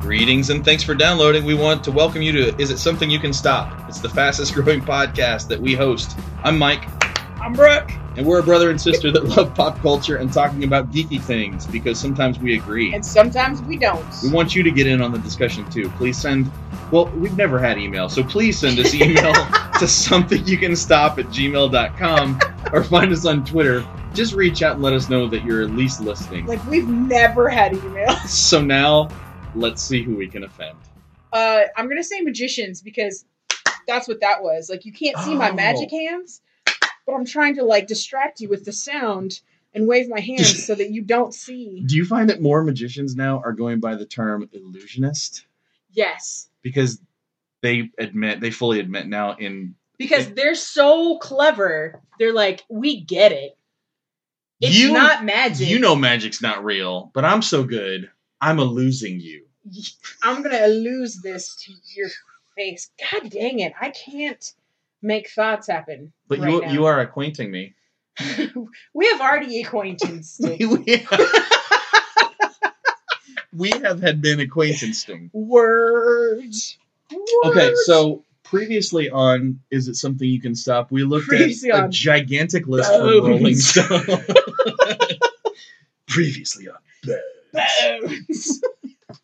Greetings and thanks for downloading. We want to welcome you to Is It Something You Can Stop? It's the fastest growing podcast that we host. I'm Mike. I'm Brooke. And we're a brother and sister that love pop culture and talking about geeky things because sometimes we agree. And sometimes we don't. We want you to get in on the discussion too. Please send, well, we've never had email, so please send us email to something you can stop at gmail.com or find us on Twitter. Just reach out and let us know that you're at least listening. Like, we've never had email. So now, let's see who we can offend. Uh, I'm going to say magicians because that's what that was. Like, you can't see my Oh. magic hands, but I'm trying to, like, distract you with the sound and wave my hands so that you don't see. Do you find that more magicians now are going by the term illusionist? Yes. Because they admit, they fully admit now in Because they're so clever. They're like, we get it. It's You- not magic. You know magic's not real, but I'm so good, I'm a losing you. I'm gonna lose this to your face. God dang it! I can't make thoughts happen. But right you now. you are acquainting me. we have already acquaintance. Nick. we have had been acquaintance thing. Word. Okay, Word. so previously on Is It Something You Can Stop? We looked Previously at a on Oh. gigantic list Bones. of Rolling Stone. previously on Bones. Bones. I'm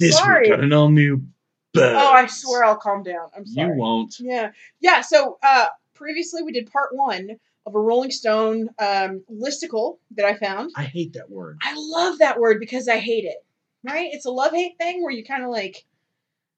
This sorry. week on an all new Bones. Oh, I swear I'll calm down. I'm sorry. You won't. Yeah. Yeah. So uh, previously we did part one of a Rolling Stone um, listicle that I found. I hate that word. I love that word because I hate it. Right? It's a love hate thing where you kind of like.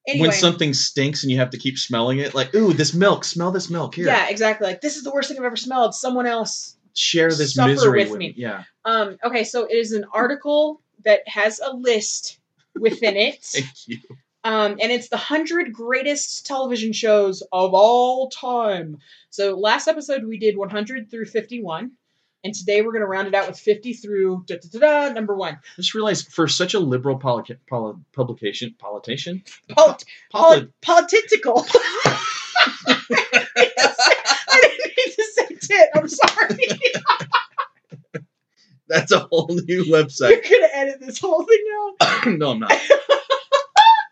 Anyway. When something stinks and you have to keep smelling it, like, ooh, this milk, smell this milk here. Yeah, exactly. Like this is the worst thing I've ever smelled. Someone else. Share this Suffer misery with with me. me. Yeah. Um. Okay, so it is an article that has a list within it. Thank you. Um, and it's the 100 greatest television shows of all time. So last episode we did 100 through 51. And today we're going to round it out with 50 through da, da, da, da, number one. I just realized for such a liberal poli- poli- publication, politician, Polit- poli- polit- political. I didn't mean to say tit. I'm sorry. that's a whole new You're website. going to edit this whole thing out. no, I'm not.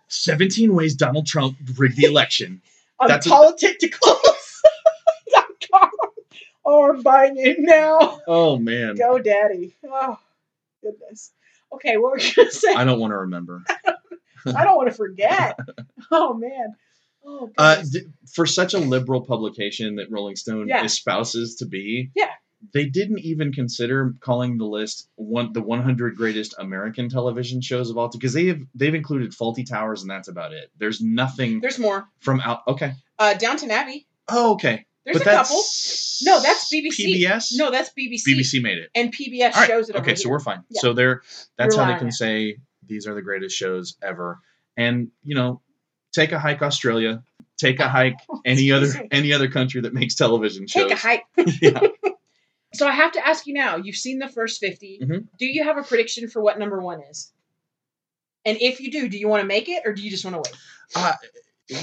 17 ways Donald Trump rigged the election. on That's a- politicals.com or Oh, buying it now. Oh, man. Go daddy. Oh goodness. Okay, what were you gonna say? I don't want to remember. I don't want to forget. Oh man. Oh Uh, goodness. d- for such a liberal publication that Rolling Stone Yeah. espouses to be, Yeah. they didn't even consider calling the list one the 100 greatest American television shows of all time because they have they've included Faulty Towers and that's about it. There's nothing There's more. from out. Okay. Uh Downton Abbey. Oh, okay. There's but a that's couple. No, that's BBC. PBS. No, that's BBC. BBC made it. And PBS All right. shows it. over okay, so here. we're fine. Yeah. So they're that's how Rely they on can it. say these are the greatest shows ever. And you know, take a hike Australia, take a hike any other Excuse me. any other country that makes television shows. Take a hike. Yeah. So I have to ask you now. You've seen the first 50 Mhm. Do you have a prediction for what number one is? And if you do, do you want to make it or do you just want to wait?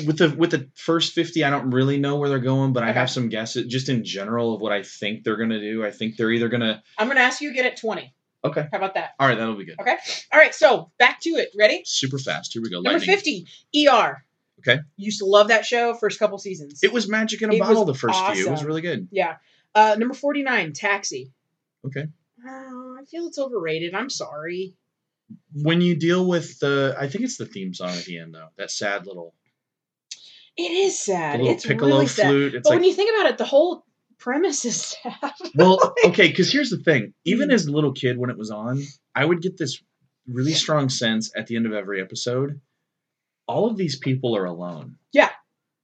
With the with the first fifty, I don't really know where they're going, but I Okay. have some guesses just in general of what I think they're gonna do. I think they're either gonna I'm gonna ask you again at 20. Okay. How about that? all right, that'll be good. All right, so back to it. Ready? Super fast. Here we go. Number 50, ER. Okay. Used to love that show, first couple seasons. It was magic in a It was bottle the first few. It was awesome. really good. yeah. Uh, number 49, Taxi. Okay. Oh, I feel it's overrated. I'm sorry. When you deal with the I think it's the theme song at the end though. That sad little It is sad. little it's piccolo really sad. flute. It's But like when you think about it, the whole premise is sad. Well, okay, because here's the thing. Even as a little kid, when it was on, I would get this really strong sense at the end of every episode. All of these people are alone,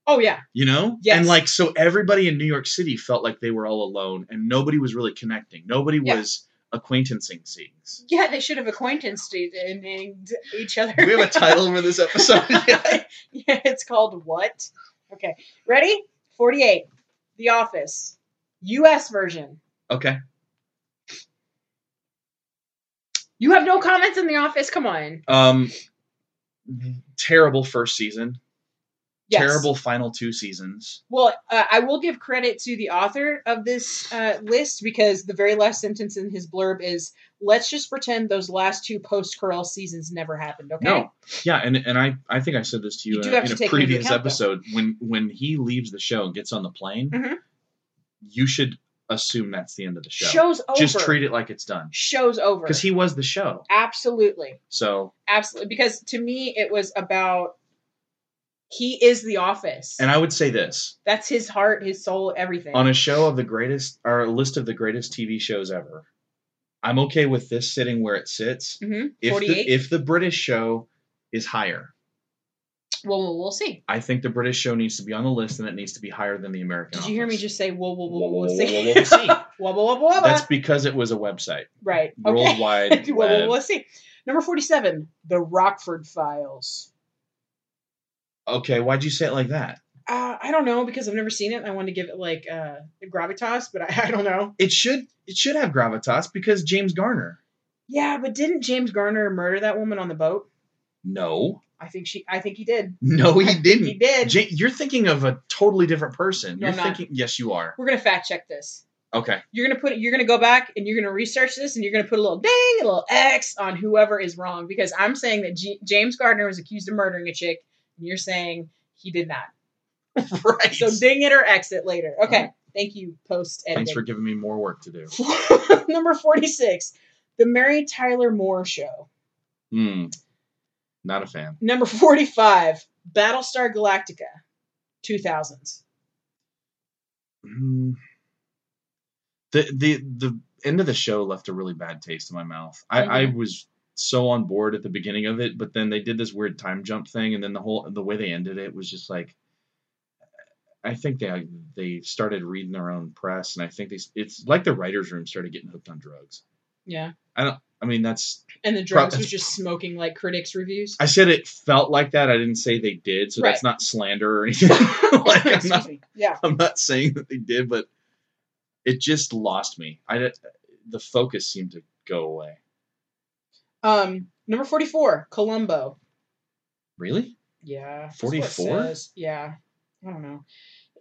Oh, yeah. you know? Yes. And like, so everybody in New York City felt like they were all alone and nobody was really connecting. Nobody Yeah. was acquaintancing things. Yeah, they should have acquaintanced e- and named each other. Do we have a title for this episode? yeah, it's called What? Okay. Ready? 48, The Office, US version. Okay. You have no comments in the office. Come on. Um, terrible first season. Yes. terrible final two seasons. Well, uh, I will give credit to the author of this uh, list because the very last sentence in his blurb is let's just pretend those last two post Corell seasons never happened, okay? No, yeah, and and I I think I said this to you, You do in, a- have in to a take into previous account, though. episode when when he leaves the show and gets on the plane, Mhm. you should assume that's the end of the show. Show's over. Just treat it like it's done Show's over. because he was the show. Absolutely. So Absolutely. Because to me, it was about he is the office. and I would say this That's his heart, his soul, everything. on a show of the greatest or a list of the greatest TV shows ever. I'm okay with this sitting where it sits. Mhm. If 48. the, if the British show is higher, well, well, we'll see. I think the British show needs to be on the list and it needs to be higher than the American. Did you hear me Office. just say, whoa, whoa, whoa, Whoa, whoa, whoa, whoa, whoa, whoa, see? whoa, see. Whoa, whoa, whoa, That's whoa. because it was a website. Right. Okay. Worldwide. well, well, web. let's see. Number 47, The Rockford Files. Okay, why'd you say it like that? Uh, I don't know because I've never seen it. and I wanted to give it like uh, gravitas, but I, I don't know. It should it should have gravitas because James Garner. Yeah, but didn't James Garner murder that woman on the boat? No, I think she. I think he did. no, he He didn't. did. Hmm. Ja- you're thinking of a totally different person. No, you're I'm not. thinking yes, you are. We're gonna fact check this. Okay, You're gonna put. You're gonna go back and you're gonna research this and you're gonna put a little ding, a little X on whoever is wrong because I'm saying that G- James Gardner was accused of murdering a chick and you're saying he did not. right. So ding it or X it later. Okay. Alright. Thank you, post Thanks editing. for giving me more work to do. Number 46, The Mary Tyler Moore Show. Hmm. Not a fan. Number 45, Battlestar Galactica, 2000s. Hmm. The the the end of the show left a really bad taste in my mouth. I, I Mhm. was so on board at the beginning of it, but then they did this weird time jump thing, and then the whole the way they ended it was just like. I think they they started reading their own press, and I think they it's like the writers' room started getting hooked on drugs. Yeah. I mean, that's And the drugs Pro- was just smoking like critics' reviews. I said it felt like that. I didn't say they did, so that's Right. not slander or anything. Like, I'm not- Excuse me. Yeah. I'm not saying that they did, but it just lost me. I di- the focus seemed to go away. Um, number 44, Columbo. Really? Yeah. that's what it 44? says. Yeah. I don't know.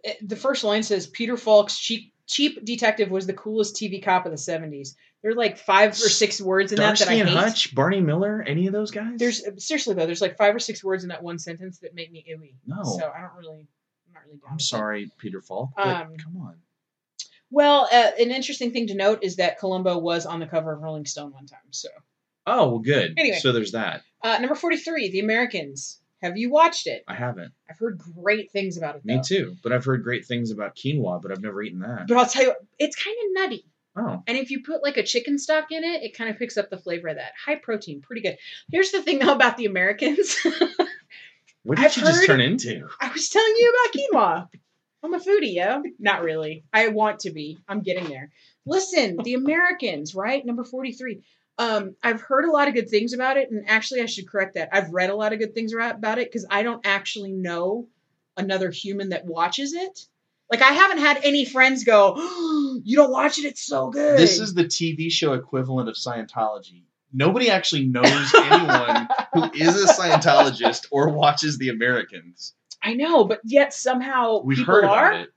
It- the first line says Peter Falk's cheap cheap detective was the coolest TV cop of the 70s. There are like five or six words in that that I Darcy hate. and Hutch, Barney Miller, any of those guys? There's eh, seriously though, there's like five or six words in that one sentence that make me ooey. No. So I don't really, I'm not really. down I'm with it. sorry, Peter Falk, but Um, come on. Well, uh, an interesting thing to note is that Columbo was on the cover of Rolling Stone one time. So Oh, well, good. Anyway. So there's that. uh, number forty-three, The Americans. Have you watched it? I haven't. I've heard great things about it. Me though. too. But I've heard great things about quinoa, but I've never eaten that. But I'll tell you, what, it's kind of nutty. Oh, And if you put like a chicken stock in it, it kind of picks up the flavor of that. High protein, pretty good. Here's the thing though about the Americans. what did I've you just heard- turn into? I was telling you about quinoa. I'm a foodie, yo. Not really. I want to be. I'm getting there. Listen, the Americans, right? Number 43. Um, I've heard a lot of good things about it, and actually, I should correct that. I've read a lot of good things ra- about it because I don't actually know another human that watches it. Like, I haven't had any friends go, "You don't watch it? It's so good." This is the TV show equivalent of Scientology. Nobody actually knows anyone who is a Scientologist or watches The Americans. I know, but yet somehow We've people heard about are. it.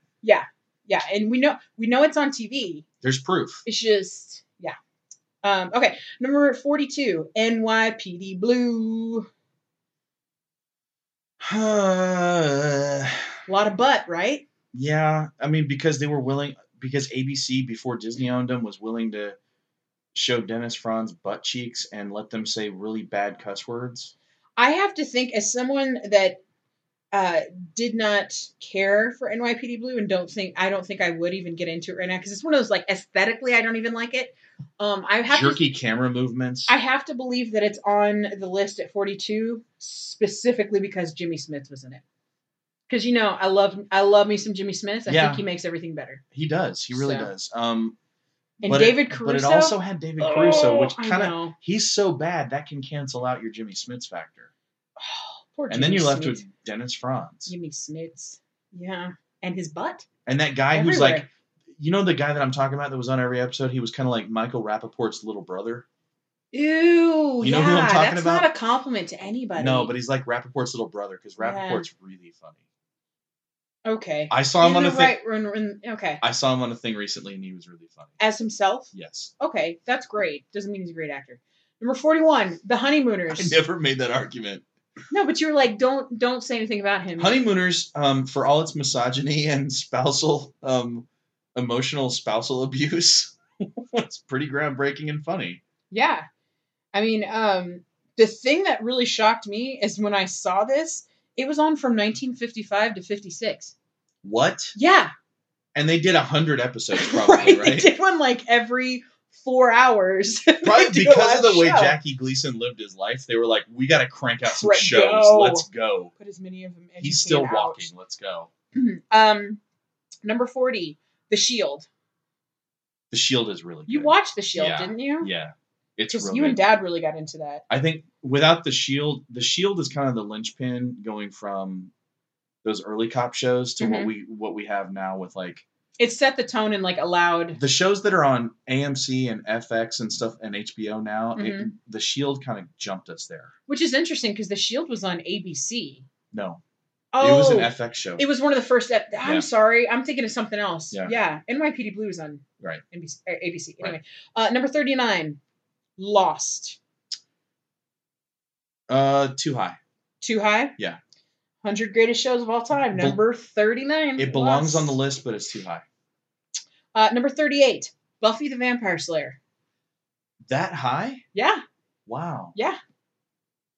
Yeah, and we know we know it's on TV. There's proof. It's just, yeah. Um, okay, number 42, NYPD Blue. yeah, A lot of butt, right? I mean because they were willing because ABC before Disney owned them was willing to show Dennis Franz butt cheeks and let them say really bad cuss words. I have to think, as someone that uh, did not care for NYPD Blue and don't think, I don't think I would even get into it right now because it's one of those, like, aesthetically, I don't even like it. Um, I have to. Jerky camera movements. I have to believe that it's on the list at 42 specifically because Jimmy Smith was in it. Because you know, I love I love me some Jimmy Smith. I Yeah. think he makes everything better. he does. He really So. does. Um And but it- David But it Caruso. also had David Caruso, Oh, which I kind of know. he's so bad that can cancel out your Jimmy Smiths factor. Poor And then Jimmy you're left Smits. with Dennis Franz. Jimmy Smits. Yeah. And his butt. And that guy who's Everywhere. like, you know, the guy that I'm talking about that was on every episode, he was kind of like Michael Rappaport's little brother. Ew. You know yeah, who I'm talking that's about? not a compliment to anybody. No, but he's like Rappaport's little brother because Yeah. Rappaport's really funny. Okay. I saw him In on the a thing. right, run- run- okay. I saw him on a thing recently, and he was really funny. As himself. Yes, Okay, that's great. Doesn't mean he's a great actor. Number forty-one, The I Honeymooners. never made that argument. No, but you were like, don't don't say anything about him. Honeymooners, um, for all its misogyny and spousal, um, emotional spousal abuse, it's pretty groundbreaking and funny. Yeah. I mean, um, the thing that really shocked me is when I saw this, it was on from 1955 to 56. What? Yeah. And they did a hundred episodes, probably, They right? did one like every four hours. Probably They do a because of live the way show. Jackie Gleason lived his life, they were like, "We got to crank out some Crank- shows. go. Let's go." Put as many of them as He's you can still out. walking. Let's go. Um, number 40, The Shield. The Shield is really You good. watched The Shield, Yeah. didn't you? Yeah, it's Because really you and Dad really got into that. I think without the shield, the shield is kind of the linchpin going from those early cop shows to what Mhm. we what we have now with like It set the tone and like allowed. the shows that are on AMC and FX and stuff and HBO now. It, Mhm. the shield kind of jumped us there. Which is interesting because The Shield was on ABC. No, Oh, it was an FX show. It was one of the first. Ep- I'm Yeah. sorry, I'm thinking of something else. Yeah. NYPD Blue is on Right. NBC, uh, ABC. Right. Anyway, uh, number thirty nine, Lost. uh, too high. Too high. Yeah. Hundred greatest shows of all time. Be- Number thirty nine. It belongs on the list, but it's too high. Uh, number thirty eight, Buffy the Vampire Slayer. That high? Yeah. Wow. Yeah.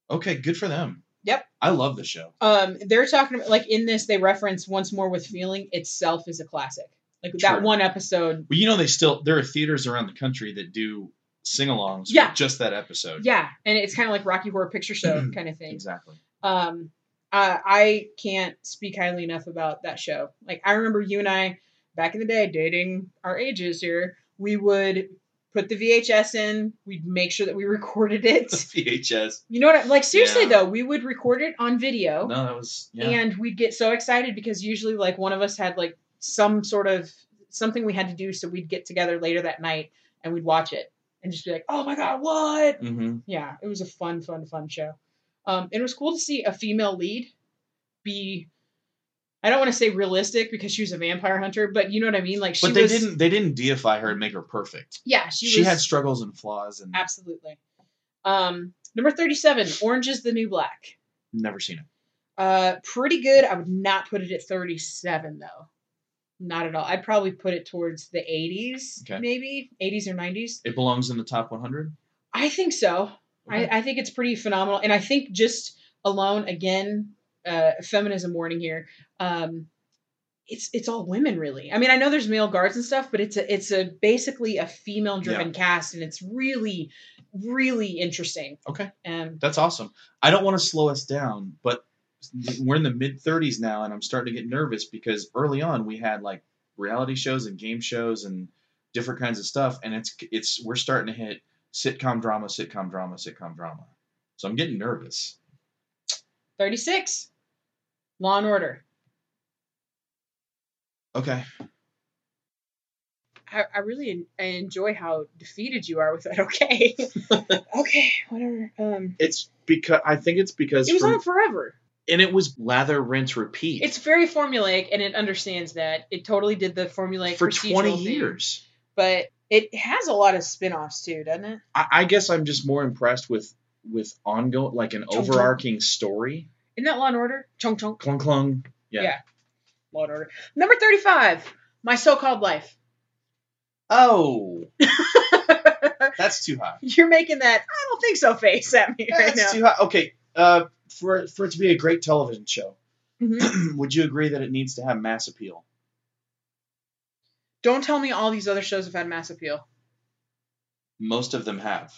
Okay, good for them. Yep. I love the show. Um, they're talking about like in this they reference once more with feeling itself is a classic. Like that True. one episode. Well, you know they still there are theaters around the country that do sing-alongs Yeah. for just that episode. Yeah, and it's kind of like Rocky Horror Picture Show kind of thing. Exactly. um uh, i can't speak highly enough about that show like i remember you and i back in the day dating our ages here we would put the vhs in we'd make sure that we recorded it VHS. you know what I, like seriously Yeah. though we would record it on video No, that was yeah. and we'd get so excited because usually like one of us had like some sort of something we had to do so we'd get together later that night and we'd watch it and just be like oh my god what hmm yeah, it was a fun, fun, fun show. Um, and it was cool to see a female lead be. I don't want to say realistic because she was a vampire hunter, but you know what I mean. Like she But they was, didn't they didn't deify her and make her perfect. Yeah, she, She, was. had struggles and flaws and absolutely. Um, number thirty-seven. Orange is the new black. never seen it. Uh, pretty good. I would not put it at thirty-seven though. Not at all. I'd probably put it towards the eighties, Okay. maybe eighties or nineties. It belongs in the top 100. I think so. Okay. I, I think it's pretty phenomenal. And I think just alone, again, uh, feminism warning here. Um, it's it's all women really. I mean, I know there's male guards and stuff, but it's a it's a basically a female driven cast, and it's really really interesting. Okay. Um, That's awesome. I don't want to slow us down, but we're in the mid 30s now, and I'm starting to get nervous because early on we had like reality shows and game shows and different kinds of stuff, and it's it's we're starting to hit sitcom drama, sitcom drama, sitcom drama. So I'm getting nervous. thirty six, Law and Order. Okay, I, I really en- I enjoy how defeated you are with that. Okay. okay. Whatever. Um, it's because I think it's because it was on forever. and it was lather, rinse, repeat. It's very formulaic, and it understands that. It totally did the formulaic for procedural 20 thing, years. but it has a lot of spin-offs too, doesn't it? I, I guess I'm just more impressed with with ongoing, like an Chunk, chunk. overarching story. Isn't that Law and Order? Chong chong. Clung clung. Yeah. Yeah. Law and Order. Number thirty-five. My so-called life. Oh, that's too high. You're making that I don't think so face at me right now. That's too high. Okay, uh, for for it to be a great television show, Mhm. would you agree that it needs to have mass appeal? Don't tell me all these other shows have had mass appeal. Most of them have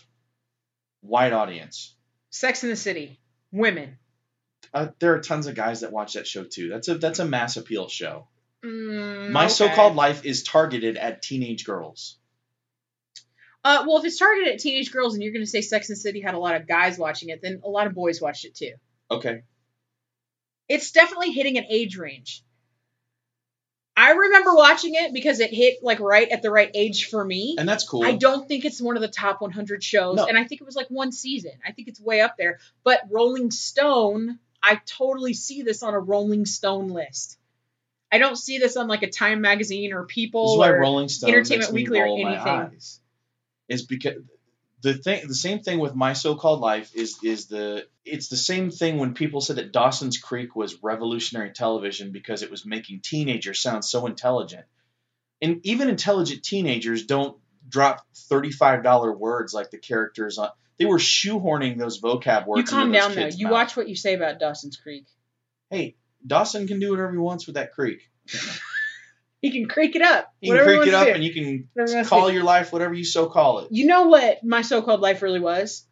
wide audience. Sex in the City. Women. Uh, there are tons of guys that watch that show too. That's a that's a mass appeal show. Mm, My okay. so-called life is targeted at teenage girls. Uh, well, if it's targeted at teenage girls, and you're going to say Sex and the City had a lot of guys watching it, then a lot of boys watched it too. Okay, it's definitely hitting an age range. I remember watching it because it hit like right at the right age for me. and that's cool. I don't think it's one of the top 100 shows, No. and I think it was like one season. I think it's way up there. But Rolling Stone, I totally see this on a Rolling Stone list. I don't see this on like a Time magazine or This People is why or Rolling Stone makes Entertainment me Weekly or roll my anything. eyes. Is because the thing, the same thing with my so-called life is is the it's the same thing when people said that Dawson's Creek was revolutionary television because it was making teenagers sound so intelligent, and even intelligent teenagers don't drop thirty-five dollar words like the characters on. They were shoehorning those vocab words. you calm into those down though. kids' You mouths. watch what you say about Dawson's Creek. Hey, Dawson can do whatever he wants with that creek. He can creak it up. You can whatever creek he it up wants to do. and you Whatever he can wants call to do. your life whatever you so call it. You know what my so-called life really was?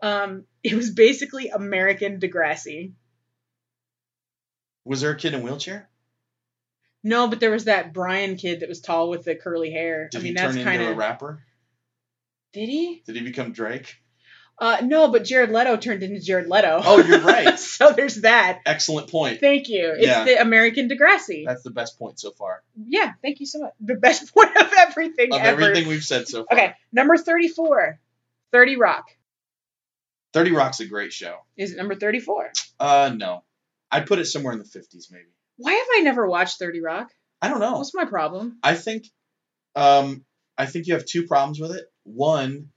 Um, it was basically American Degrassi. Was there a kid in a wheelchair? No, but there was that Brian kid that was tall with the curly hair. Did I mean, he turn that's kind into a of rapper? did he? Did he become Drake? Uh, no, but Jared Leto turned into Jared Leto. Oh, you're right. so there's that. Excellent point. Thank you. It's Yeah. the American Degrassi. That's the best point so far yeah, thank you so much. The best point of everything of ever. everything we've said so far. okay, number 34, 30 Rock. Thirty Rock's a great show. Is it number 34? Uh, no, I'd put it somewhere in the fifties maybe. Why have I never watched 30 Rock? I don't know. What's my problem? I think, um, I think you have two problems with it. One,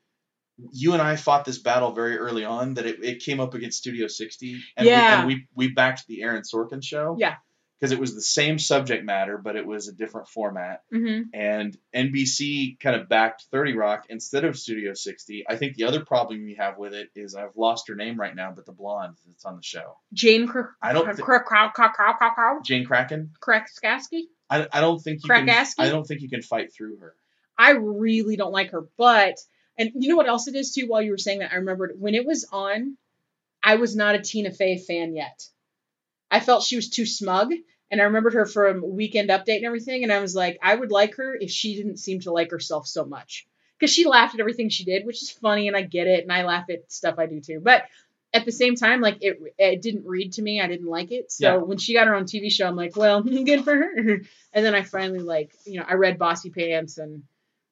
you and I fought this battle very early on that it, it came up against Studio 60, and, Yeah. we, and we we backed the Aaron Sorkin show. Yeah. Because it was the same subject matter, but it was a different format. Mm-hmm. and NBC kind of backed 30 Rock instead of Studio 60. I think the other problem you have with it is I've lost her name right now, but the blonde that's on the show. Jane Krakowski? I don't thi- Jane Kraken. I, I don't think you can Krakowski? I don't think you can fight through her. I really don't like her. But and you know what else it is too? While you were saying that, I remembered when it was on, I was not a Tina Fey fan yet. I felt she was too smug, and I remembered her from Weekend Update and everything, and I was like, I would like her if she didn't seem to like herself so much. Because she laughed at everything she did, which is funny, and I get it, and I laugh at stuff I do too. But at the same time, like it, it didn't read to me. I didn't like it. Yeah. So when she got her own TV show, I'm like, well, good for her. And then I finally like, you know, I read Bossy Pants and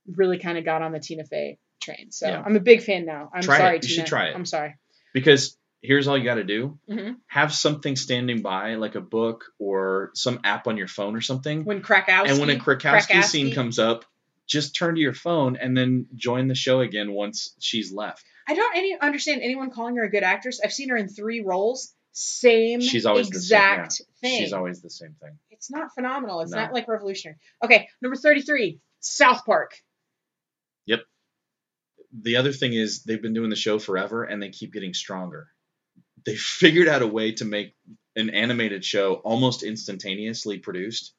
really kind of got on the Tina Fey train. So Yeah. I'm a big fan now. I'm Try it. sorry, You Tina. should try it. I'm sorry. Because here's all you got to do Mhm. have something standing by, like a book or some app on your phone or something. When Krakowski, and when a Krakowski, scene Krakowski- comes up, just turn to your phone and then join the show again once she's left. I don't any understand anyone calling her a good actress. I've seen her in three roles, same She's always the same, yeah. exact thing. She's always the same thing. it's not phenomenal. It's No. not like revolutionary. Okay, number thirty-three, South Park. The other thing is they've been doing the show forever and they keep getting stronger. They figured out a way to make an animated show almost instantaneously produced,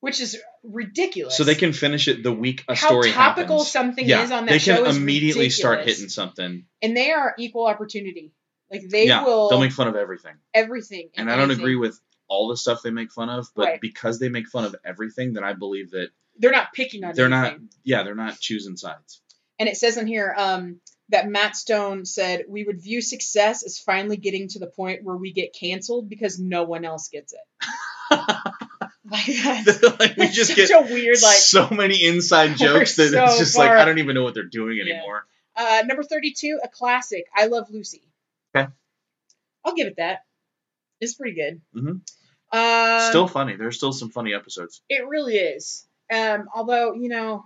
Which is ridiculous. so they can finish it the week a how story topical happens. something yeah, is on that they show can is immediately start ridiculous. hitting something. and they are equal opportunity. Like they yeah, will they'll make fun of everything. everything. and I don't anything. agree with all the stuff they make fun of, but Right. because they make fun of everything, then I believe that They're not picking on. they're not. anything. Yeah, they're not choosing sides. And it says in here um, that Matt Stone said we would view success as finally getting to the point where we get canceled because no one else gets it. like that's, like we that's just such get a weird like. so many inside We're jokes that so it's just like far- I don't even know what they're doing Yeah. anymore. Uh, number thirty-two, a classic. I love Lucy. Okay. I'll give it that. It's pretty good. Mhm. Um, still funny. There's still some funny episodes. It really is. Um, although, you know,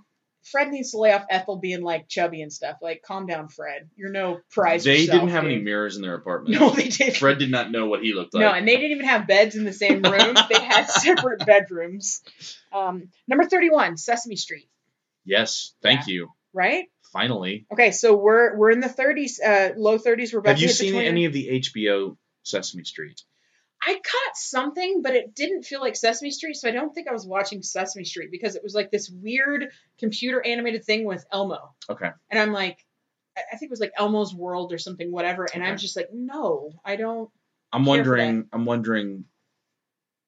Fred needs to lay off Ethel being like chubby and stuff. Like, calm down, Fred. You're no prize. They yourself, didn't have any dude. mirrors in their apartment. No, they didn't. Fred did not know what he looked like. no, and they didn't even have beds in the same room. they had separate bedrooms. Um, number 31, Sesame Street, yes, thank you. right? Finally, Okay, so we're we're in the 30s, uh, low 30s. We're about have to you hit the seen 20. any of the HBO Sesame Street? I caught something, but it didn't feel like Sesame Street, so I don't think I was watching Sesame Street because it was like this weird computer animated thing with Elmo. Okay. And I'm like, I I think it was like Elmo's World or something, whatever. And I'm Okay. just like, no, I don't. I'm Here for wondering. I'm wondering.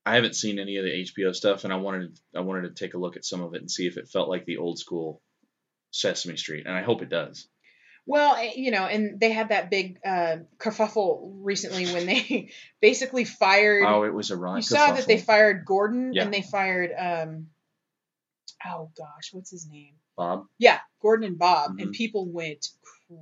I haven't seen any of the HBO stuff, and I wanted I wanted to take a look at some of it and see if it felt like the old school Sesame Street, and I hope it does. Well, eh, you know, and they had that big uh, kerfuffle recently when they basically fired. Oh, it was a riot. you saw that they kerfuffle. fired Gordon Yeah. and they fired um. Oh gosh, what's his name? Bob. Yeah, Gordon and Bob, and Mhm. people went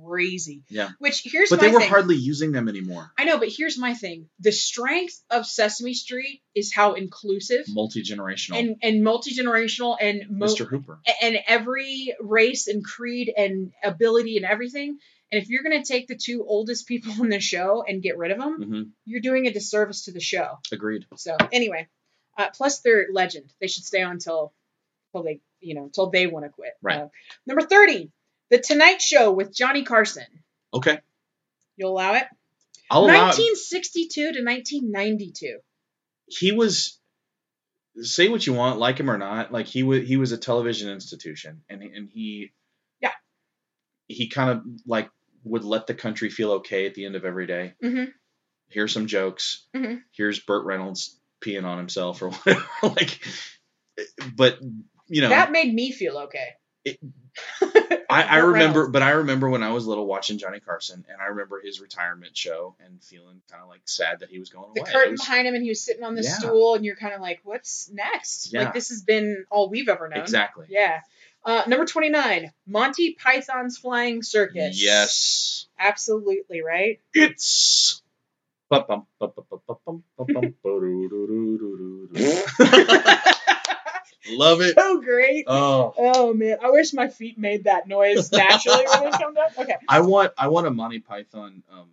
crazy. Yeah. Which here's But my they were thing. hardly using them anymore. I know, but here's my thing. The strength of Sesame Street is how inclusive Multi generational. and and multi generational and mo- Mr. Hooper. and every race and creed and ability and everything. And if you're going to take the two oldest people in the show and get rid of them, hmm Mm-hmm. you're doing a disservice to the show. Agreed. So anyway, uh, plus they're legend. They should stay on until, till they you know till they want to quit. Right. Uh, number thirty, The Tonight Show with Johnny Carson. Okay. You'll allow it? I'll allow. it. 1962 to 1992. He was. Say what you want, like him or not, like he was. He was a television institution, and and he. Yeah. He kind of like would let the country feel okay at the end of every day. Mhm. Here's some jokes. Mhm. Here's Burt Reynolds peeing on himself or whatever. like, but you know, That made me feel okay. It- I, I Burt remember, Reynolds. but I remember when I was little watching Johnny Carson, and I remember his retirement show and feeling kind of like sad that he was going the away. It curtain was- behind him and he was sitting on this Yeah. stool and you're kind of like what's next Yeah. like this has been all we've ever known exactly. yeah uh, number 29 monty python's flying circus Yes. absolutely right It's. Bum, bum, bum, bum, bum, bum, bum, bum, ba-do-do-do-do-do-do. Love it. so great Oh, oh man i wish my feet made that noise naturally when they come up okay I want I want a Monty Python um,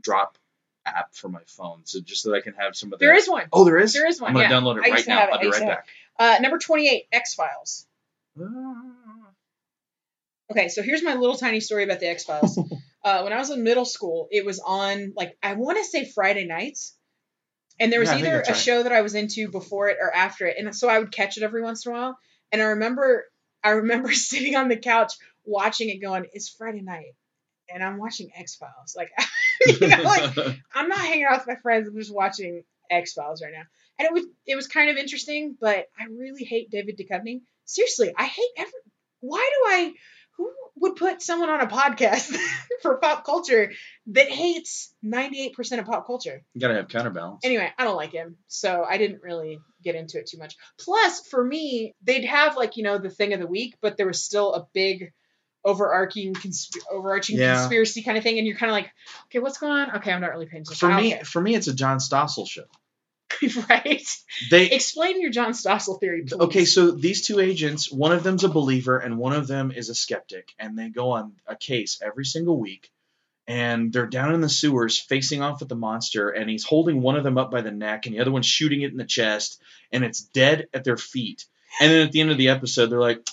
drop app for my phone, so just that I can have some of there their- is one Oh, there is. there is one, I'm gonna yeah. download I it used right to now. have it, I'll I be used right to have back. uh, number 28 x-files Okay, so here's my little tiny story about the X Files. uh, when I was in middle school, it was on like I want to say Friday nights, and there was Yeah, I think either a that's right. show that I was into before it or after it, and so I would catch it every once in a while. And I remember, I remember sitting on the couch watching it, going, "It's Friday night." And I'm watching X Files. Like, you know, like I'm not hanging out with my friends. I'm just watching X Files right now. And it was it was kind of interesting, but I really hate David Duchovny. Seriously, I hate every. Why do I? Who would put someone on a podcast for pop culture that hates 98% of pop culture? you gotta have counterbalance. Anyway, I don't like him, so I didn't really get into it too much. Plus, for me, they'd have like you know the thing of the week, but there was still a big overarching consp- overarching Yeah. conspiracy kind of thing, and you're kind of like, okay, what's going on? Okay, I'm not really paying attention. For Ah, me, for me, it's a John Stossel show. okay. right? They Explain your John Stossel theory, please. okay, so these two agents, one of them's a believer and one of them is a skeptic, and they go on a case every single week, and they're down in the sewers facing off with the monster, and he's holding one of them up by the neck, and the other one's shooting it in the chest, and it's dead at their feet. And then at the end of the episode, they're like.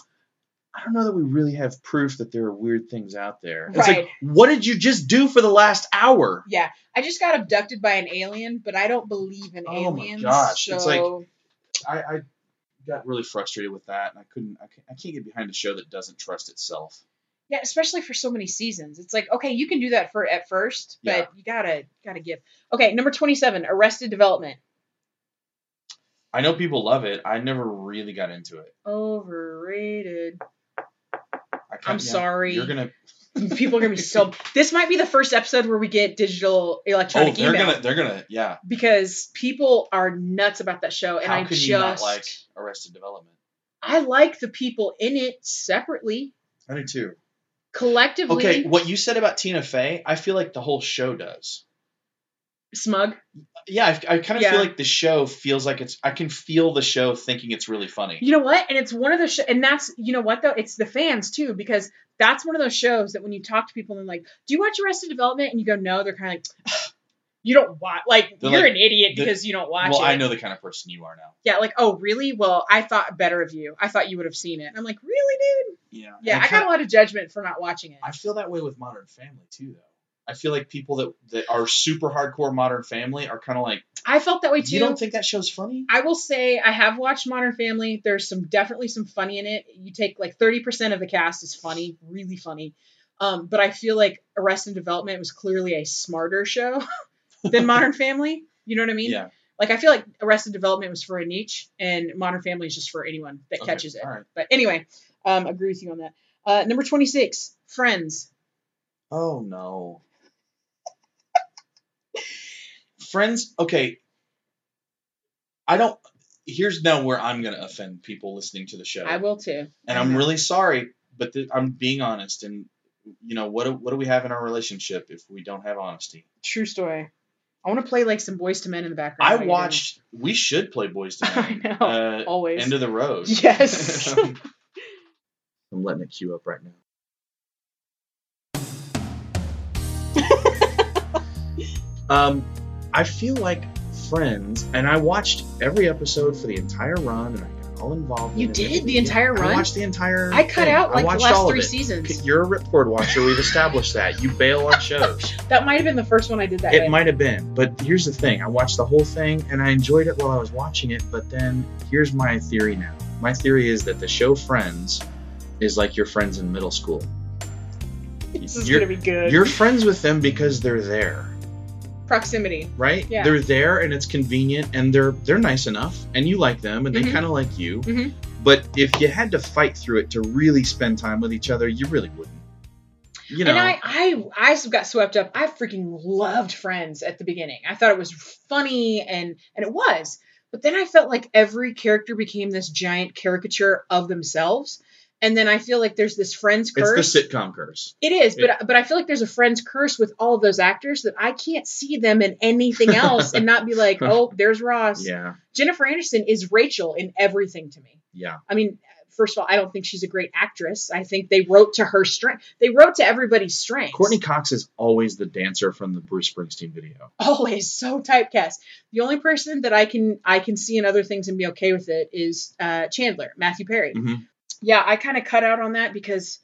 I don't know that we really have proof that there are weird things out there. It's Right. like, what did you just do for the last hour? yeah, I just got abducted by an alien, but I don't believe in Oh my aliens. gosh, so it's like- I, I got really frustrated with that, and I couldn't. I can't, I can't get behind a show that doesn't trust itself. yeah, especially for so many seasons, it's like okay, you can do that for at first, but Yeah. you gotta gotta give. Okay, number twenty-seven, Arrested Development. I know people love it. I never really got into it. Overrated. I kinda- I'm yeah, sorry. You're gonna. People are gonna be so. This might be the first episode where we get digital Oh, electronic they're email gonna. They're gonna. Yeah. because people are nuts about that show, Oh, and How I could just you not like Arrested Development? I like the people in it separately, I do too. collectively. Okay, what you said about Tina Fey, I feel like the whole show does. smug. Yeah, I, I kind of Yeah. feel like the show feels like it's. I can feel the show thinking it's really funny. You know what? And it's one of those, sh- and that's you know what though, it's the fans too because that's one of those shows that when you talk to people and like, do you watch Arrested Development? And you go, no, they're kind of like, you don't watch, like They're you're like, an idiot the- because you don't watch Well, it. I know the kind of person you are now. Yeah, like, oh really? Well, I thought better of you. I thought you would have seen it. And I'm like, really, dude? Yeah. Yeah, I, kinda- got a lot of judgment for not watching it. I feel that way with Modern Family too, though. I feel like people that that are super hardcore Modern Family are kind of like, I felt that way too. you don't think that show's funny? I will say I have watched Modern Family. There's some definitely some funny in it. You take like 30% of the cast is funny, really funny. Um, but I feel like Arrested Development was clearly a smarter show than Modern Family. You know what I mean? Yeah. Like I feel like Arrested Development was for a niche, and Modern Family is just for anyone that Okay, catches it. all right. But anyway, um, agree with you on that. Uh, number 26, Friends. Oh no. Friends, okay. I don't. here's now where I'm going to offend people listening to the show, I will too. and I'm really sorry, but th- I'm being honest. And you know what? Do, what do we have in our relationship if we don't have honesty? True story. I want to play like some Boys to Men in the background. I while you're watched. We should play Boys to doing Men. it. I know. Uh, Always. End of the road. yes. I'm letting it queue up right now. um, I feel like Friends, and I watched every episode for the entire run, and I got all involved. You in it. did the entire I run? watched the entire. I cut thing. out like I the watched last all three of it. seasons. You're a ripcord watcher. We've established that. You bail on shows. that might have been the first one I did that. way. it might have been, but here's the thing. I watched the whole thing and I enjoyed it while I was watching it, but then here's my theory now. My theory is that the show Friends is like your friends in middle school. This is You're- gonna be good. You're friends with them because they're there, Proximity. right? Yeah. They're there and it's convenient and they're they're nice enough and you like them and they Mm-hmm. Mhm. kind of like you. Mhm. But if you had to fight through it to really spend time with each other, you really wouldn't. You know, and I, I, I s- got swept up. I freaking loved Friends at the beginning. I thought it was funny, and and it was. But then I felt like every character became this giant caricature of themselves. And then I feel like there's this Friends curse. it's the sitcom curse. It is, but but I feel like there's a friend's curse with all of those actors that I can't see them in anything else and not be like, oh, there's Ross. Yeah, Jennifer Anderson is Rachel in everything to me. yeah. I mean, first of all, I don't think she's a great actress. I think they wrote to her strength. They wrote to everybody's strengths. Courtney Cox is always the dancer from the Bruce Springsteen video. always so typecast. The only person that I can I can see in other things and be okay with it is uh, Chandler, Matthew Perry. Mhm. Yeah, I kind of cut out on that because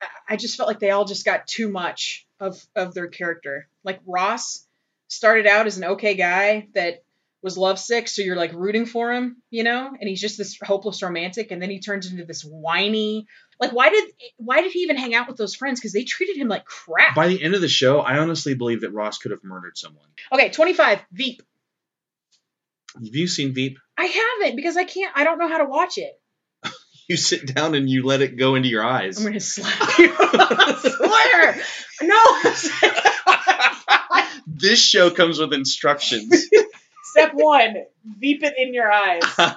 I- I just felt like they all just got too much of of their character. Like Ross started out as an okay guy that was lovesick, so you're like rooting for him, you know, and he's just this hopeless romantic, and then he turns into this whiny. Like, why did why did he even hang out with those friends? Because they treated him like crap. By the end of the show, I honestly believe that Ross could have murdered someone. okay, twenty five Veep. Have you seen Veep? I haven't because I can't. I don't know how to watch it. You sit down and you let it go into your eyes. I'm gonna slap you. I swear. No. This show comes with instructions. Step one: veep it in your eyes. How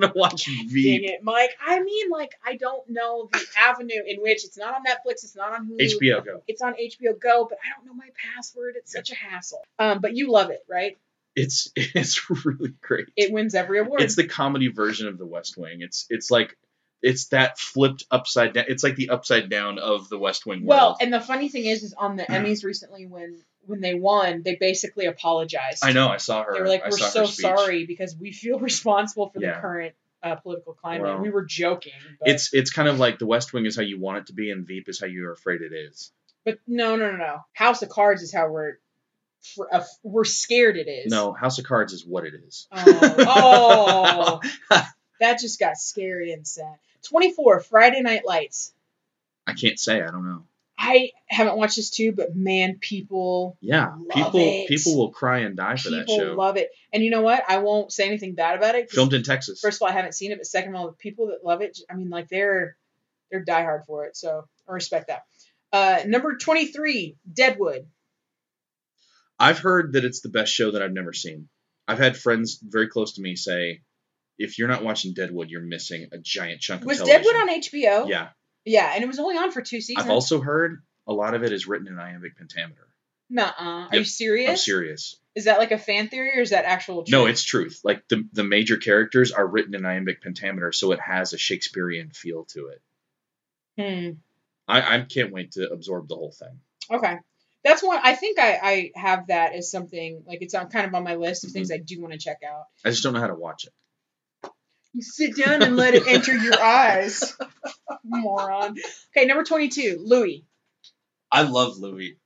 to watch Dang Veep. it, Mike. I mean, like, I don't know the avenue in which it's not on Netflix. It's not on Hulu. HBO Go. It's on HBO Go, but I don't know my password. It's such a hassle. Um, but you love it, right? It's it's really great. It wins every award. It's the comedy version of The West Wing. It's it's like it's that flipped upside down. It's like the upside down of The West Wing well, world. and the funny thing is, is on the Emmys recently when when they won, they basically apologized. I know. I saw her. They were like, I "We're saw her so speech. sorry because we feel responsible for Yeah. the current uh, political climate." Well, we were joking. But, It's it's kind of like The West Wing is how you want it to be, and Veep is how you're afraid it is. but no, no, no, no. House of Cards is how we're fr- uh, we're scared. It is No, House of Cards is what it is. Oh, oh. that just got scary and sad. Twenty four Friday Night Lights. I can't say. I don't know. I haven't watched this too, but man, people Yeah, Love people it. people will cry and die for that people show. love it. And you know what? I won't say anything bad about it. 'cause Filmed in Texas. first of all, I haven't seen it, but second of all, the people that love it, I mean, like they're they're diehard for it, so I respect that. Uh, number twenty three, Deadwood. I've heard that it's the best show that I've never seen. I've had friends very close to me say, "If you're not watching Deadwood, you're missing a giant chunk of Was television." Deadwood on HBO? Yeah, yeah, and it was only on for two seasons. I've also heard a lot of it is written in iambic pentameter. Nuh-uh. Are Yep, you serious? I'm serious. Is that like a fan theory or is that actual? Truth? No, it's truth. Like the the major characters are written in iambic pentameter, so it has a Shakespearean feel to it. Hmm. I, I can't wait to absorb the whole thing. Okay. That's one. I think I, I have that as something like it's on kind of on my list of things I do want to check out. I just don't know how to watch it. You sit down and let it enter your eyes, moron. Okay, number twenty-two, Louis. I love Louis.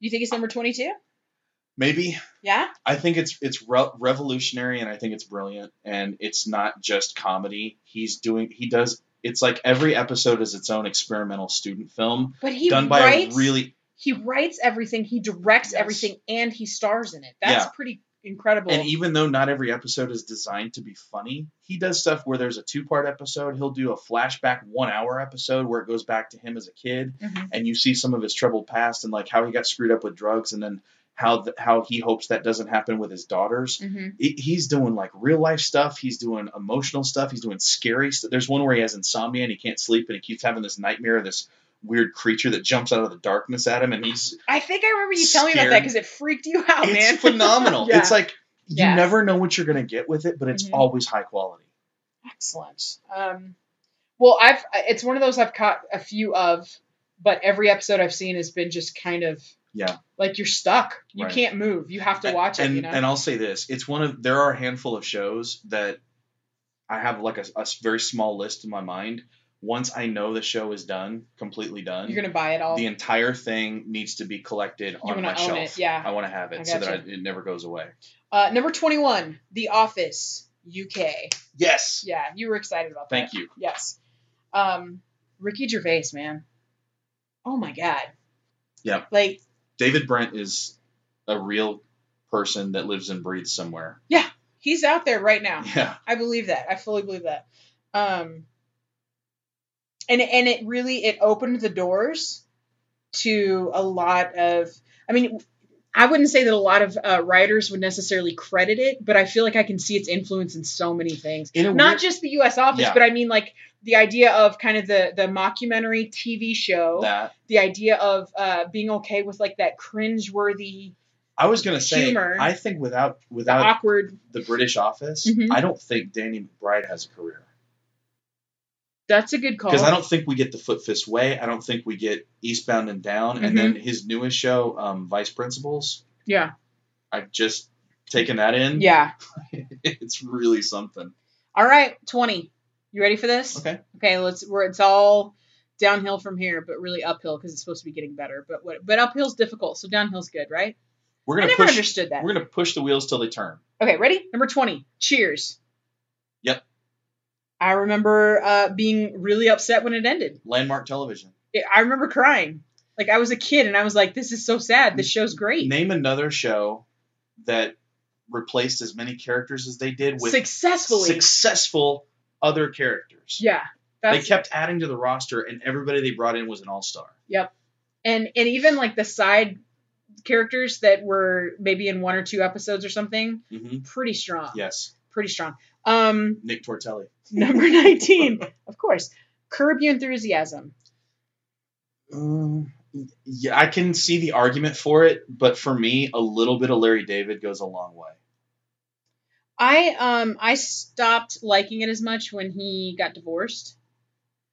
You think it's number twenty-two? Maybe Yeah. I think it's it's re- revolutionary and I think it's brilliant and it's not just comedy. He's doing he does it's like every episode is its own experimental student film But he done by writes. a really he writes everything. He directs Yes. everything, and he stars in it. That's Yeah. pretty incredible. and even though not every episode is designed to be funny, he does stuff where there's a two-part episode, he'll do a flashback 1-hour episode where it goes back to him as a kid Mhm. and you see some of his troubled past and like how he got screwed up with drugs and then how th- how he hopes that doesn't happen with his daughters. Mm-hmm. He- He's doing like real life stuff. He's doing emotional stuff. He's doing scary stuff. There's one where he has insomnia and he can't sleep and he keeps having this nightmare of this weird creature that jumps out of the darkness at him and he's I think I remember you telling me about that Scared. because it freaked you out, it's Oh, man. phenomenal. Yeah. It's like you Yeah. never know what you're gonna get with it, but it's Mhm. always high quality. Excellent. Um, well, I've it's one of those I've caught a few of, but every episode I've seen has been just kind of Yeah. like you're stuck. You Right. can't move. You have to watch and, it. You know. And I'll say this: it's one of there are a handful of shows that I have like a, a very small list in my mind. Once I know the show is done, completely done, you're gonna buy it all. the entire thing needs to be collected You're on my gonna own shelf. it. Yeah. I want to have I it so that I, gotcha. it never goes away. Uh, number twenty one, The Office UK. Yes. Yeah, you were excited about that. Thank you. Yes. Um, Ricky Gervais, man. Oh my God. Yeah. Like David Brent is a real person that lives and breathes somewhere. he's out there right now. Yeah. I believe that. I fully believe that. Um, and and it really it opened the doors to a lot of. I mean, I wouldn't say that a lot of uh, writers would necessarily credit it, but I feel like I can see its influence in so many things. In a Not weird- just the U.S. office, Yeah. but I mean like the idea of kind of the the mockumentary TV show, that the idea of uh, being okay with like that cringeworthy, I was gonna say. Humor. I think without the without awkward. the British Office, Mhm. I don't think Danny McBride has a career. That's a good call. because I don't think we get the Foot Fist Way. I don't think we get Eastbound and Down, and Mm-hmm. then his newest show, um, Vice Principals. Yeah. I've just taken that in. Yeah. it's really something. All right, 20. You ready for this? Okay. Okay, let's we're it's all downhill from here, but really uphill because it's supposed to be getting better. But what but uphill's difficult, so downhill's good, right? We're I gonna never push. understood that. We're gonna push the wheels till they turn. Okay, ready? Number 20. Cheers. Yep. I remember uh, being really upset when it ended. Landmark Television. It, I remember crying. Like I was a kid and I was like, this is so sad. This show's great. Name another show that replaced as many characters as they did with Successfully. successful other characters. yeah. They That's kept adding to the roster, and everybody they brought in was an all star. and and even like the side characters that were maybe in one or two episodes or something, hmm pretty strong. Yes, pretty strong. Um, Nick Tortelli. number 19, of course, Curb Your Enthusiasm. Um, yeah, I can see the argument for it, but for me, a little bit of Larry David goes a long way. I um I stopped liking it as much when he got divorced.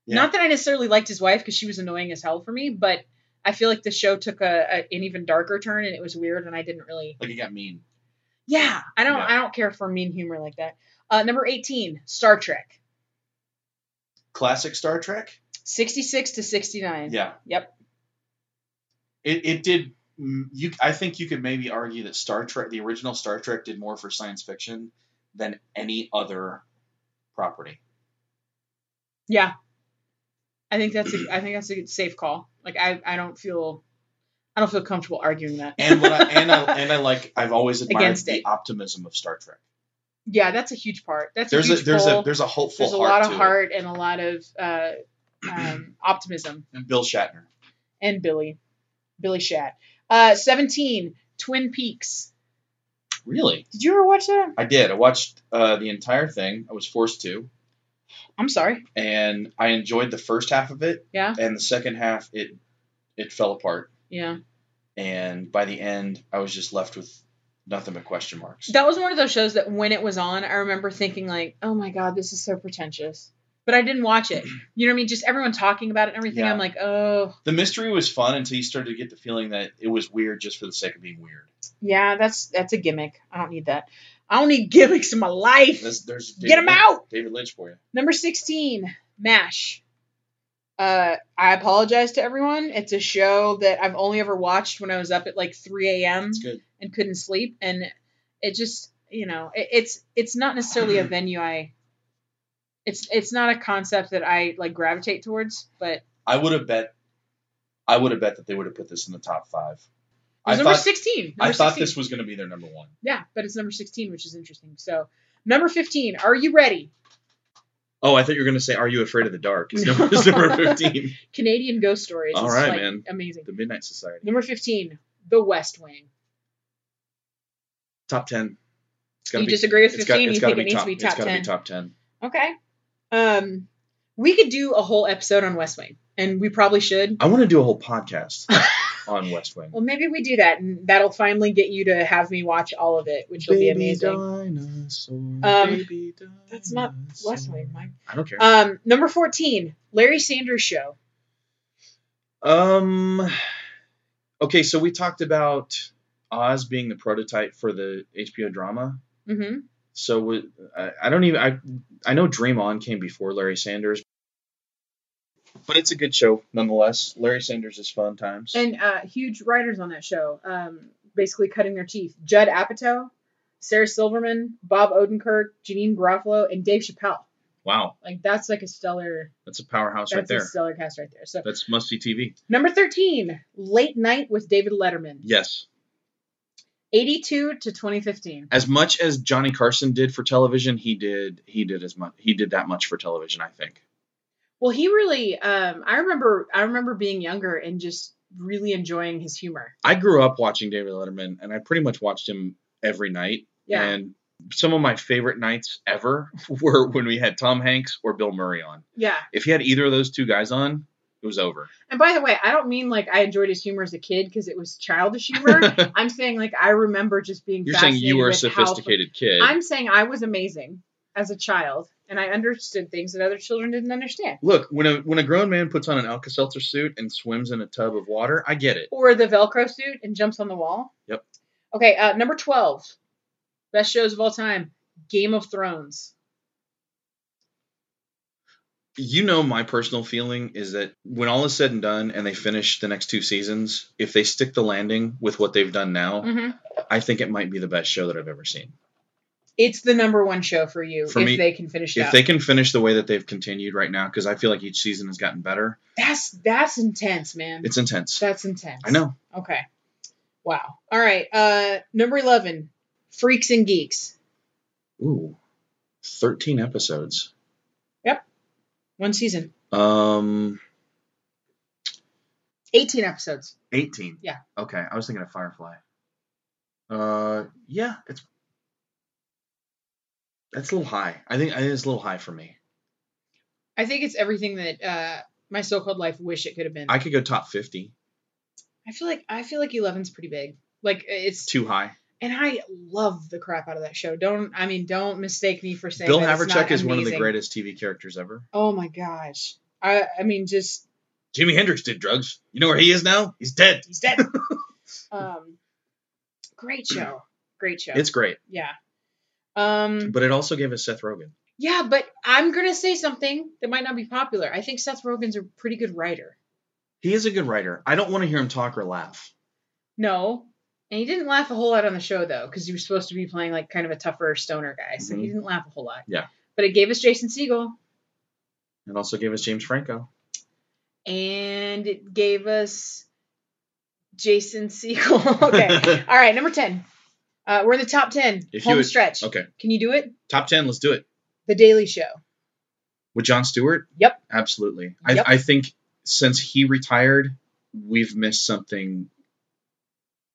Yeah. Not that I necessarily liked his wife because she was annoying as hell for me, but I feel like the show took a, a an even darker turn and it was weird and I didn't really Like it got mean. Yeah, I don't Yeah. I don't care for mean humor like that. Uh, number 18, Star Trek. Classic Star Trek. 66 to 69. Yeah. Yep. It it did. mm, You, I think you could maybe argue that Star Trek, the original Star Trek, did more for science fiction than any other property. Yeah. I think that's a I think that's a good safe call. Like I, I don't feel I don't feel comfortable arguing that. And what I and I and I like, I've always admired Against the it. optimism of Star Trek. yeah, that's a huge part. That's There's a a huge there's pull. a there's a hopeful There's a heart lot of to it. heart and a lot of uh, um, optimism. And Bill Shatner. And Billy, Billy Shat. Uh, Seventeen, Twin Peaks. Really, Did you ever watch that? I did. I watched uh, the entire thing. I was forced to. I'm sorry. and I enjoyed the first half of it. Yeah. And the second half, it it fell apart, Yeah, and by the end, I was just left with nothing but question marks. that was one of those shows that when it was on, I remember thinking like, "Oh my god, this is so pretentious." But I didn't watch it. You know what I mean? Just everyone talking about it and everything. Yeah. I'm like, oh, The mystery was fun until you started to get the feeling that it was weird just for the sake of being weird. yeah, that's that's a gimmick. I don't need that. I don't need gimmicks in my life. There's, there's Get 'em Lynch- out! David Lynch for you. Number 16, MASH. Uh, I apologize to everyone. It's a show that I've only ever watched when I was up at like 3 a.m. It's good. and couldn't sleep. And it just, you know, it, it's it's not necessarily a venue I. It's it's not a concept that I like gravitate towards, but I would have bet. I would have bet that they would have put this in the top five. it was I number thought, 16. I number thought 16. this was going to be their number one. Yeah, but it's number 16, which is interesting. So, number 15, are you ready? Oh, I thought you were going to say, "Are you afraid of the dark?" It's number- it's number 15. Canadian ghost stories. All It's, right, like, man. Amazing. The Midnight Society. Number 15, The West Wing. Top ten. It's You be, disagree with it's got- 15, it's you gotta think it needs top, to be It's top got to be 10. top ten. Okay. Um, we could do a whole episode on West Wing, and we probably should. I want to do a whole podcast on West Wing. Well, maybe we do that, and that'll finally get you to have me watch all of it, which will be amazing. Um, Dinosaur, baby that's not dinosaur. West Wing, Mike. I don't care. Um, number fourteen, Larry Sanders Show. Um. Okay, so we talked about Oz being the prototype for the HBO drama. Mm-hmm. So we, I, I don't even I I know Dream On came before Larry Sanders, but it's a good show nonetheless. Larry Sanders is fun times. And uh, huge writers on that show, um, basically cutting their teeth. Judd Apatow, Sarah Silverman, Bob Odenkirk, Janine Garofalo, and Dave Chappelle. wow, Like that's like a stellar. that's a powerhouse That's right there. a stellar cast right there. So That's must see TV. number thirteen, Late Night with David Letterman, Yes, eighty-two to twenty fifteen. as much as Johnny Carson did for television, he did he did as much he did that much for television. I think. Well, he really. Um, I remember. I remember being younger and just really enjoying his humor. I grew up watching David Letterman, and I pretty much watched him every night. Yeah. And some of my favorite nights ever were when we had Tom Hanks or Bill Murray on. yeah. If he had either of those two guys on, it was over. And by the way, I don't mean like I enjoyed his humor as a kid because it was childish humor. I'm saying like I remember just being. You're saying you fascinated were a with how- sophisticated kid. I'm saying I was amazing as a child, and I understood things that other children didn't understand. Look, when a when a grown man puts on an Alka Seltzer suit and swims in a tub of water, I get it. Or the Velcro suit and jumps on the wall. Yep. Okay, uh, number twelve, best shows of all time, Game of Thrones. You know my personal feeling is that when all is said and done and they finish the next two seasons, if they stick the landing with what they've done now, Mhm. I think it might be the best show that I've ever seen. It's the number one show for you For if me- they can finish it if out. they can finish the way that they've continued right now, because I feel like each season has gotten better, that's that's intense, man. it's intense. that's intense. I know. Okay. Wow. All right. Uh, number eleven, Freaks and Geeks. Ooh, thirteen episodes. One season, Um, eighteen episodes. eighteen. Yeah. Okay, I was thinking of Firefly. Uh, yeah, it's that's a little high. I think I think it's a little high for me. I think it's everything that uh, my so-called life wish it could have been. I could go top fifty. I feel like I feel like Eleven's pretty big. Like it's Too high. and I love the crap out of that show. Don't I mean don't mistake me for saying Bill that it's not Haverchuck is one of the amazing. greatest TV characters ever. Oh my gosh. I I mean just Jimi Hendrix did drugs. You know where he is now? He's dead. he's dead. um great show. Great show. It's great, yeah. Um but it also gave us Seth Rogen. yeah, but I'm going to say something that might not be popular. I think Seth Rogen's a pretty good writer. He is a good writer. I don't want to hear him talk or laugh. No. And he didn't laugh a whole lot on the show though, because he was supposed to be playing like kind of a tougher stoner guy, so he Mhm. didn't laugh a whole lot. Yeah. But it gave us Jason Segel, It also gave us James Franco. and it gave us Jason Segel. okay, all right, number ten. Uh, we're in the top ten. If you Home would- stretch. Okay. Can you do it? Top 10, let's do it. The Daily Show. With John Stewart? Yep. Absolutely. Yep. I, I think since he retired, we've missed something.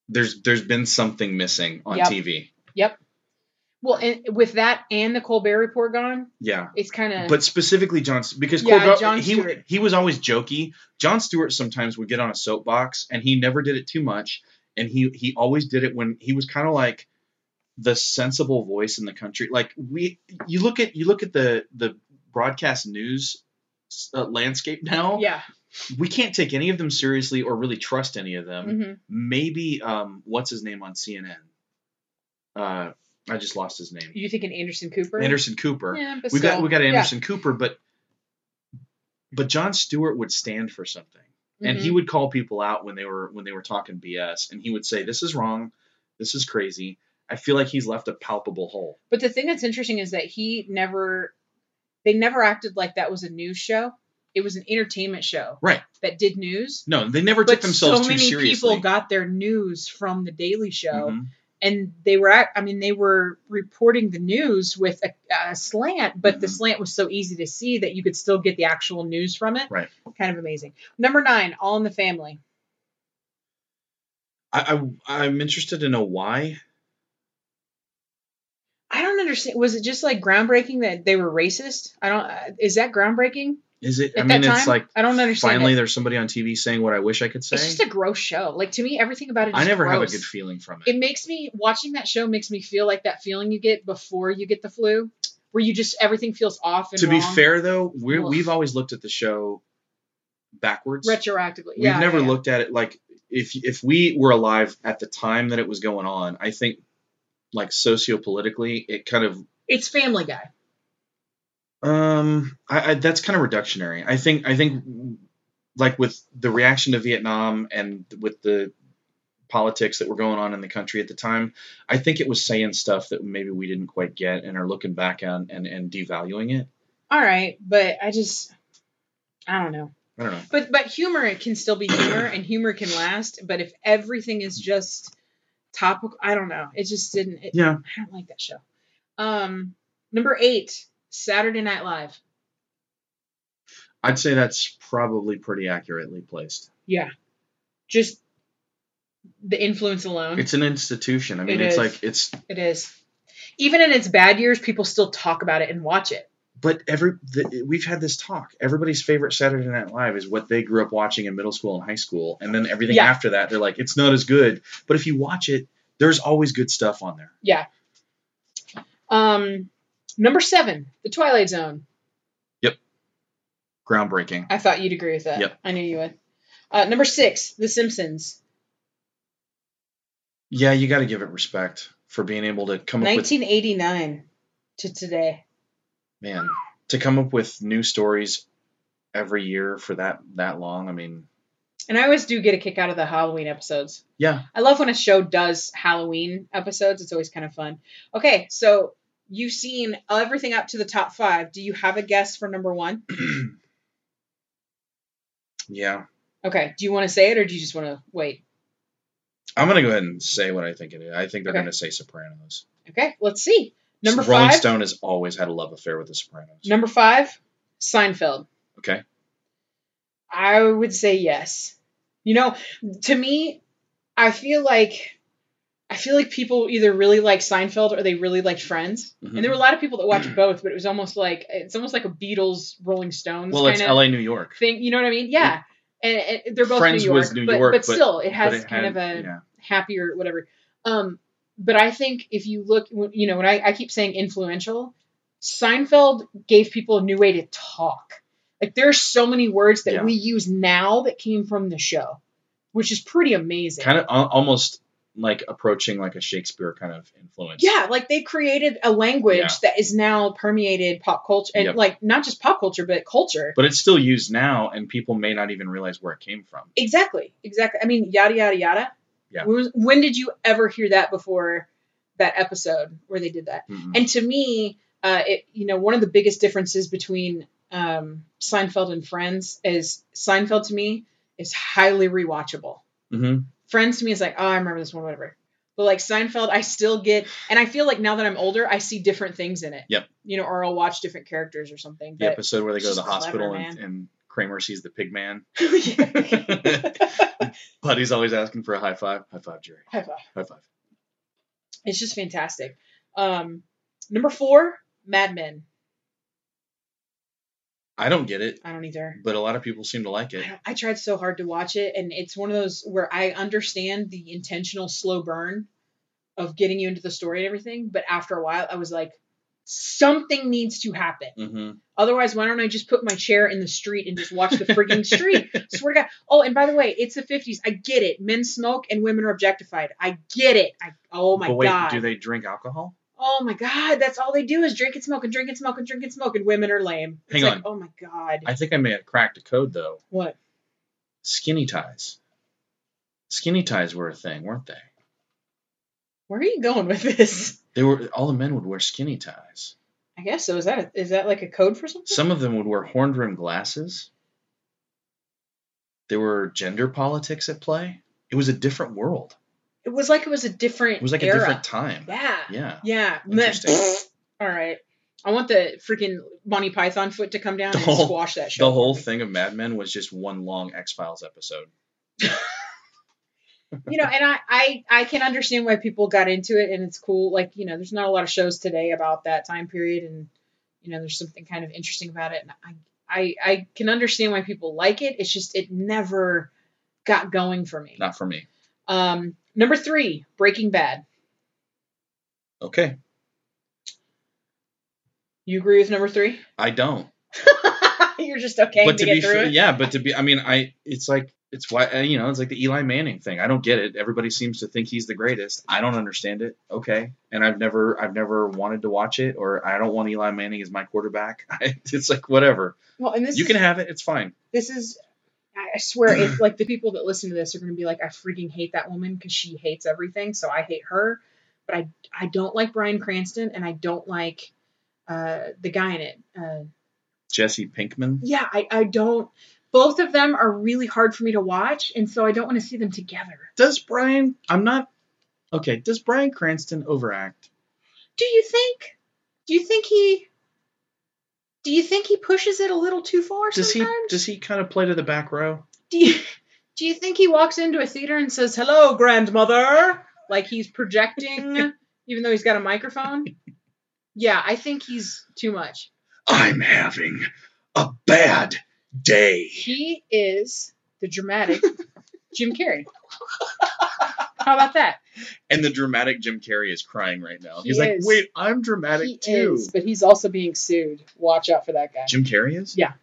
There's there's been something missing on Yep. TV. Well, and with that and the Colbert Report gone, Yeah. it's kind of. But specifically John because Yeah, Colbert- Jon he Stewart. he was always jokey. John Stewart sometimes would get on a soapbox and he never did it too much and he he always did it when he was kind of like the sensible voice in the country. Like we you look at you look at the the broadcast news uh, landscape now. yeah. we can't take any of them seriously or really trust any of them. hmm Maybe um, what's his name on CNN? Uh, I just lost his name. You thinking Anderson Cooper? Anderson Cooper. Yeah, but we got still. we got Yeah. Anderson Cooper, but but John Stewart would stand for something, and Mhm. he would call people out when they were when they were talking BS, and he would say, "This is wrong. This is crazy." I feel like he's left a palpable hole. But the thing that's interesting is that he never, they never acted like that was a news show. It was an entertainment show. Right. That did news. No, they never took But themselves so too many seriously. people got their news from the Daily Show, Mhm. and they were, act- I mean, they were reporting the news with a, a slant, but the Mhm. slant was so easy to see that you could still get the actual news from it. Right. Kind of amazing. Number nine, All in the Family. I, I I'm interested to know why. understand. Was it just like groundbreaking that they were racist? I don't. Uh, is that groundbreaking? Is it? At I mean, that time, it's like I don't understand. finally it. there's somebody on TV saying what I wish I could say. it's just a gross show. Like to me, everything about it. Is I never have a gross. good feeling from it. It makes me watching that show makes me feel like that feeling you get before you get the flu, where you just everything feels off. And to be wrong. fair, though, we're, Ugh. we've always looked at the show backwards. retroactively, We've yeah, never yeah, yeah. looked at it like if if we were alive at the time that it was going on. I think like sociopolitically, it kind of It's Family Guy. Um, I, I that's kind of reductionary. I think I think like with the reaction to Vietnam and with the politics that were going on in the country at the time, I think it was saying stuff that maybe we didn't quite get and are looking back on and and devaluing it. All right, but I just I don't know. I don't know. But but humor it can still be humor and humor can last. But if everything is just topical, I don't know. It just didn't. It, Yeah. I don't like that show. Um, number eight, Saturday Night Live. I'd say that's probably pretty accurately placed. Yeah, just the influence alone. It's an institution. I mean, It it's is. like it's it is. Even in its bad years, people still talk about it and watch it. but every the, we've had this talk. Everybody's favorite Saturday Night Live is what they grew up watching in middle school and high school, and then everything Yeah. after that, they're like, it's not as good. But if you watch it, there's always good stuff on there. Um, number seven, The Twilight Zone. Groundbreaking. I thought you'd agree with that. Yep. I knew you would. Uh, number six, The Simpsons. Yeah, you got to give it respect for being able to come up with 1989 to today. man to come up with new stories every year for that that long. I mean, And I always do get a kick out of the Halloween episodes. yeah, I love when a show does Halloween episodes. It's always kind of fun. Okay, so you've seen everything up to the top five. Do you have a guess for number one? yeah. Okay, do you want to say it or do you just want to wait? I'm gonna go ahead and say what I think it is. I think they're Okay. gonna say Sopranos. Okay, let's see. Number Rolling five. Stone has always had a love affair with the Sopranos. Number five, Seinfeld. Okay. I would say yes. You know, to me, I feel like I feel like people either really like Seinfeld or they really like Friends. Mm-hmm. And there were a lot of people that watched both, but it was almost like it's almost like a Beatles Rolling Stones Well, kind it's of L.A. New York. thing. You know what I mean? Yeah. And, and they're both Friends New York, was New but, York, but but- still, it has But it kind had- of a yeah. happier whatever. Um, but I think if you look, you know, when I, I keep saying influential, Seinfeld gave people a new way to talk. Like there are so many words that Yeah. we use now that came from the show, which is pretty amazing. kind of al- almost like approaching like a Shakespeare kind of influence. yeah, like they created a language Yeah. that is now permeated pop culture and Yep. like not just pop culture but culture. But it's still used now, and people may not even realize where it came from. Exactly, exactly. I mean, yada yada yada. Yeah. When, was- when did you ever hear that before that episode where they did that? Mhm. And to me, uh, it you know one of the biggest differences between um, Seinfeld and Friends is Seinfeld to me is highly rewatchable. Mhm. Friends to me is like, oh, I remember this one, whatever. But like Seinfeld, I still get, and I feel like now that I'm older, I see different things in it. Yep. You know, or I'll watch different characters or something. The But episode where they it's go to the just clever, hospital and, and Kramer sees the pig man, Yeah. but he's always asking for a high five. High five, Jerry. High five. High five. it's just fantastic. Um, number four, Mad Men. I don't get it, I don't either. but a lot of people seem to like it. I, don't- I tried so hard to watch it, and it's one of those where I understand the intentional slow burn of getting you into the story and everything, but after a while, I was like, something needs to happen. hmm Otherwise, why don't I just put my chair in the street and just watch the freaking street? Swear to God. Oh, and by the way, it's the 50s. I get it. Men smoke and women are objectified. I get it. I, oh my but wait, God. do they drink alcohol? oh my God. That's all they do is drink and smoke and drink and smoke and drink and smoke, and women are lame. It's Hang like, on. oh my God. I think I may have cracked a code though. what? Skinny ties. Skinny ties were a thing, weren't they? Where are you going with this? They were all the men would wear skinny ties. I guess so. Is that a, is that like a code for something? Some of them would wear horn rimmed glasses. There were gender politics at play. It was a different world. It was like it was a different. It was like era. a different time. Yeah. Yeah. Yeah. Interesting. All right. I want the freaking Monty Python foot to come down The and whole- squash that shit. The whole thing of Mad Men was just one long X Files episode. you know, and I, I I can understand why people got into it, and it's cool. Like you know, there's not a lot of shows today about that time period, and you know, there's something kind of interesting about it, and I I, I can understand why people like it. It's just it never got going for me. Not for me. Um, number three, Breaking Bad. Okay. You agree with number three? I don't. You're just okay but to, to, get be through fair, it. yeah, but to be I mean I it's like it's why uh, you know it's like the Eli Manning thing. I don't get it. Everybody seems to think he's the greatest. I don't understand it. Okay, and I've never I've never wanted to watch it, or I don't want Eli Manning as my quarterback. it's like whatever. Well, and this you is, can have it. It's fine. this is I I swear it's like the people that listen to this are going to be like I freaking hate that woman because she hates everything so I hate her but I I don't like Brian Cranston and I don't like uh, the guy in it uh, Jesse Pinkman. yeah I, I don't both of them are really hard for me to watch and so I don't want to see them together Does Brian? I'm not. Okay. Does Brian Cranston overact? do you think do you think he do you think he pushes it a little too far Does he? sometimes Does he kind of play to the back row? do you do you think he walks into a theater and says hello grandmother like he's projecting even though he's got a microphone yeah i think he's too much I'm having a bad day. he is the dramatic jim carrey how about that And the dramatic Jim Carrey is crying right now. He he's like, is. wait, I'm dramatic he too. is but he's also being sued watch out for that guy Jim Carrey is? Yeah.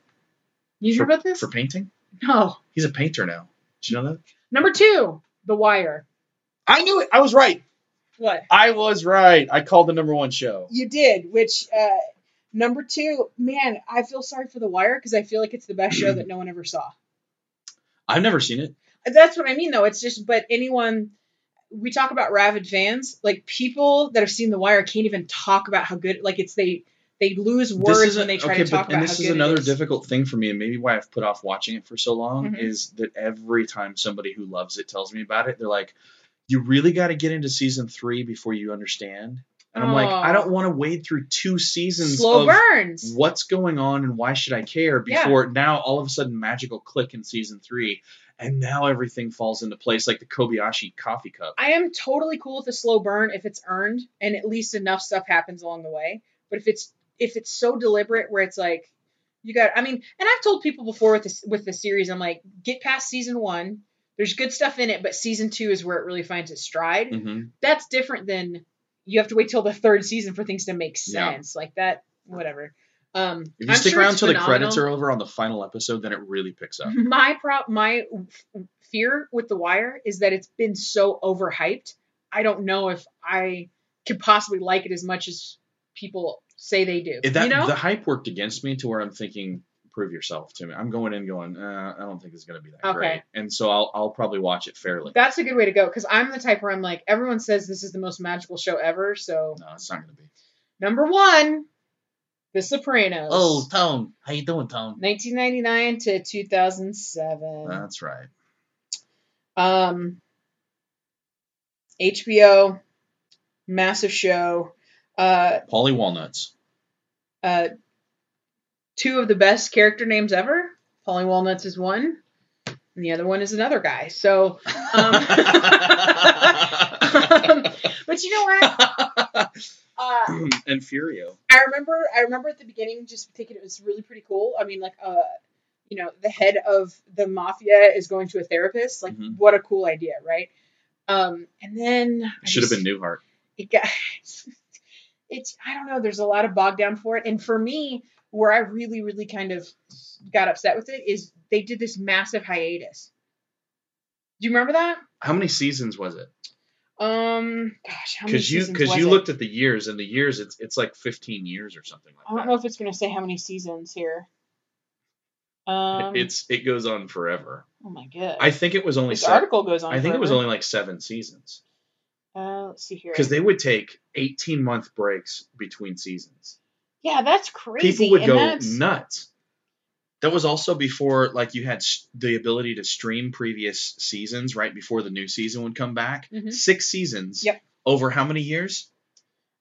you sure for, about this For painting? no He's a painter now. Did you know that? number two the wire I knew it. I was right. what I was right. I called the number one show. You did, which uh, number two, man, I feel sorry for The Wire because I feel like it's the best show that no one ever saw. I've never seen it. That's what I mean, though. It's just, but anyone, we talk about rabid fans, like people that have seen The Wire can't even talk about how good, like it's they they lose words when they try to talk and about this how is good another it is. difficult thing for me, and maybe why I've put off watching it for so long Mhm. is that every time somebody who loves it tells me about it, they're like, "You really got to get into season three before you understand." And I'm like, Oh. I don't want to wade through two seasons slow of burns. what's going on and why should I care Yeah. before now all of a sudden magical click in season three and now everything falls into place like the Kobayashi coffee cup. I am totally cool with a slow burn if it's earned and at least enough stuff happens along the way. But if it's if it's so deliberate where it's like you got I mean, and I've told people before with this with the series, I'm like, get past season one. There's good stuff in it, but season two is where it really finds its stride. Mhm. That's different than you have to wait till the third season for things to make Yeah. sense. Like that, whatever. Um, If you I'm stick sure around it's till the phenomenal. credits are over on the final episode, then it really picks up. My prop, my f- fear with The Wire is that it's been so overhyped. I don't know if I could possibly like it as much as people say they do. If that you know, the hype worked against me to where I'm thinking, prove yourself to me. I'm going in going, uh, I don't think it's gonna be that Okay. great, and so I'll I'll probably watch it fairly. that's a good way to go because I'm the type where I'm like, everyone says this is the most magical show ever. So No, it's not gonna be. number one, The Sopranos. Oh, Tom, how you doing, Tom? 1999 to 2007. That's right. Um, HBO, massive show. Uh, Paulie Walnuts. uh, two of the best character names ever. Paulie Walnuts is one, and the other one is another guy. So, um, but you know what? Uh, and Furio. I remember I remember at the beginning just thinking it was really pretty cool. I mean, like uh you know, the head of the mafia is going to a therapist. Like Mhm. what a cool idea, right? Um and then I It should have just- been Newhart. it got it's I don't know, there's a lot of bogged down for it. And for me, where I really, really kind of got upset with it is they did this massive hiatus. Do you remember that? How many seasons was it? Um gosh, how many Because you seasons because was you it? looked at the years and the years it's it's like 15 years or something I like don't know if it's gonna say how many seasons here. that. Um it's it goes on forever. Oh my god. I think it was only this seven, article goes on. I think it was forever. only like seven seasons Uh, let's see here. because they would take 18 month breaks between seasons. yeah, that's crazy. People would and go that's, nuts. That was also before like you had s the ability to stream previous seasons right before the new season would come back. Mhm. Six seasons. Yep. Over how many years?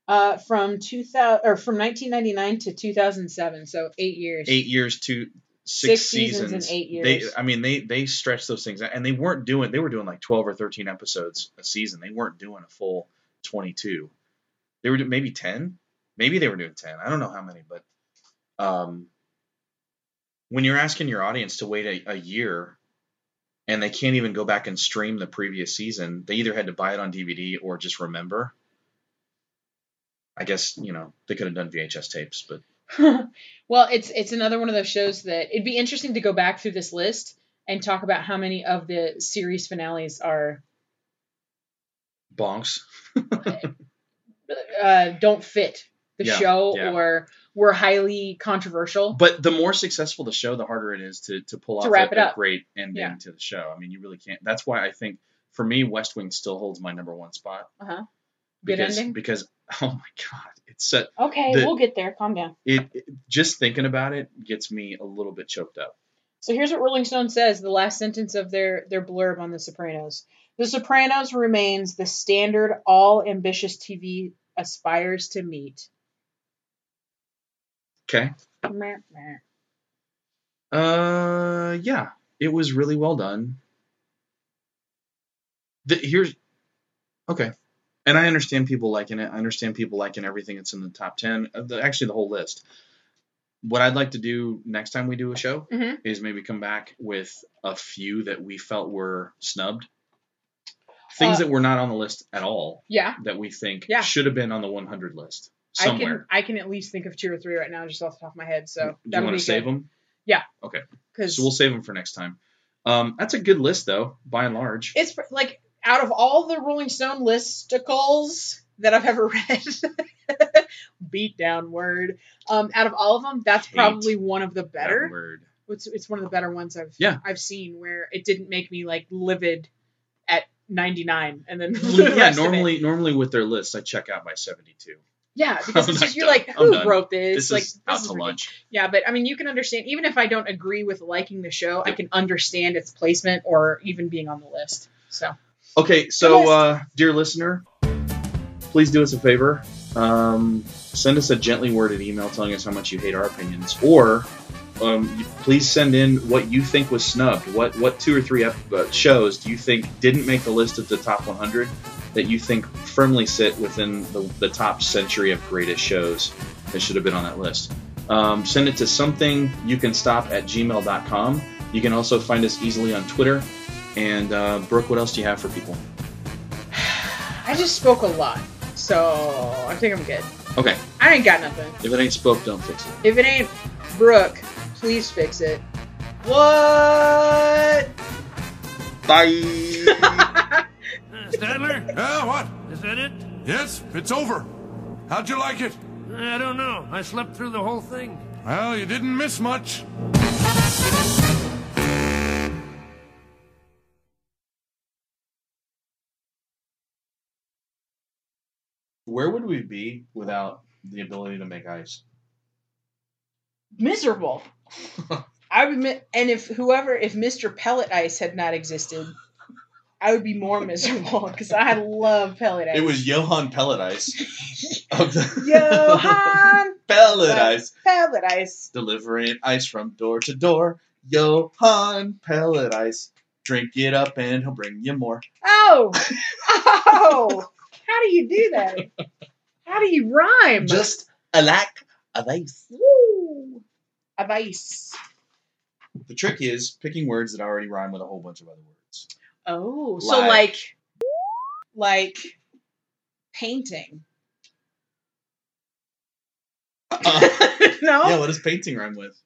uh, from two thousand or from nineteen ninety nine to two thousand seven, so eight years. eight years to six, Six seasons in eight years. They, I mean, they they stretched those things out, and they weren't doing. They were doing like twelve or thirteen episodes a season. They weren't doing a full twenty-two. They were doing maybe ten. Maybe they were doing ten. I don't know how many, but um, when you're asking your audience to wait a, a year, and they can't even go back and stream the previous season, they either had to buy it on DVD or just remember. I guess you know they could have done VHS tapes, but well, it's it's another one of those shows that it'd be interesting to go back through this list and talk about how many of the series finales are bonks. uh, don't fit the Yeah, show yeah. or were highly controversial. But the more successful the show, the harder it is to to pull To off wrap a, it a up. great ending Yeah. to the show. I mean, you really can't. That's why I think for me, West Wing still holds my number one spot. Uh-huh. Good Because, ending? Because oh my god, it's set. Okay, The- we'll get there. Calm down. It, it just thinking about it gets me a little bit choked up. So here's what Rolling Stone says, the last sentence of their, their blurb on The Sopranos. The Sopranos remains the standard all ambitious TV aspires to meet. Okay. Meh, meh. Uh, yeah, it was really well done. The, here's okay, and I understand people liking it. I understand people liking everything that's in the top ten, uh, the, actually the whole list. What I'd like to do next time we do a show Mhm. is maybe come back with a few that we felt were snubbed, things Uh, that were not on the list at all Yeah, that we think Yeah. should have been on the 100 list I can somewhere. I can at least think of two or three right now just off the top of my head. So do you want to save them? Because So we'll save them for next time. Um, that's a good list though, by and large. it's like out of all the Rolling Stone listicles that I've ever read, beat down word. Um, out of all of them, that's Hate probably one of the that better. word. It's it's one of the better ones I've Yeah. I've seen where it didn't make me like livid at 99 and then the yeah, rest of it. normally normally with their lists, I check out by seventy two. yeah because I'm it's not just you're done. like I'm who done. wrote this, This like is out to ridiculous. lunch. Yeah, but I mean, you can understand even if I don't agree with liking the show, I can understand its placement or even being on the list. So Okay, so Yes. uh, dear listener, please do us a favor. Um, send us a gently worded email telling us how much you hate our opinions, or um, you- please send in what you think was snubbed. What what two or three ep- uh, shows do you think didn't make the list of the top one hundred that you think firmly sit within the, the top century of greatest shows that should have been on that list? Um, send it to something you can stop at gmail.com. You can also find us easily on Twitter. And uh, Brooke, what else do you have for people? I just spoke a lot, so I think I'm good. Okay, I ain't got nothing. if it ain't spoke, don't fix it. If it ain't Brooke, please fix it. What? Bye. Stadler? Yeah, Uh, what? Is that it? Yes, it's over. How'd you like it? I don't know. I slept through the whole thing. Well, you didn't miss much. Where would we be without the ability to make ice? Miserable. I would, mi- and if whoever, if Mr. Pellet Ice had not existed, I would be more miserable because I love Pellet Ice. It was Johan Pellet Ice. of the- Johan Pellet Ice. Pellet Ice. Delivering ice from door to door. Johan Pellet Ice. Drink it up and he'll bring you more. Oh, oh! How do you do that? How do you rhyme? Just a lack of ice. Woo! Of ice. The trick is picking words that already rhyme with a whole bunch of other words. Oh, so Like- like, like painting. Uh. no, yeah, what does painting rhyme with?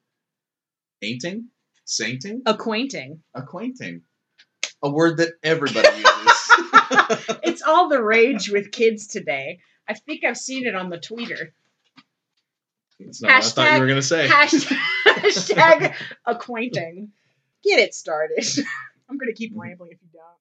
Painting? Sainting? acquainting. Acquainting. A word that everybody uses. It's all the rage with kids today. I think I've seen it on the Twitter. That's not what I thought you were going to say. Hashtag, hashtag acquainting. Get it started. I'm gonna keep rambling if you don't.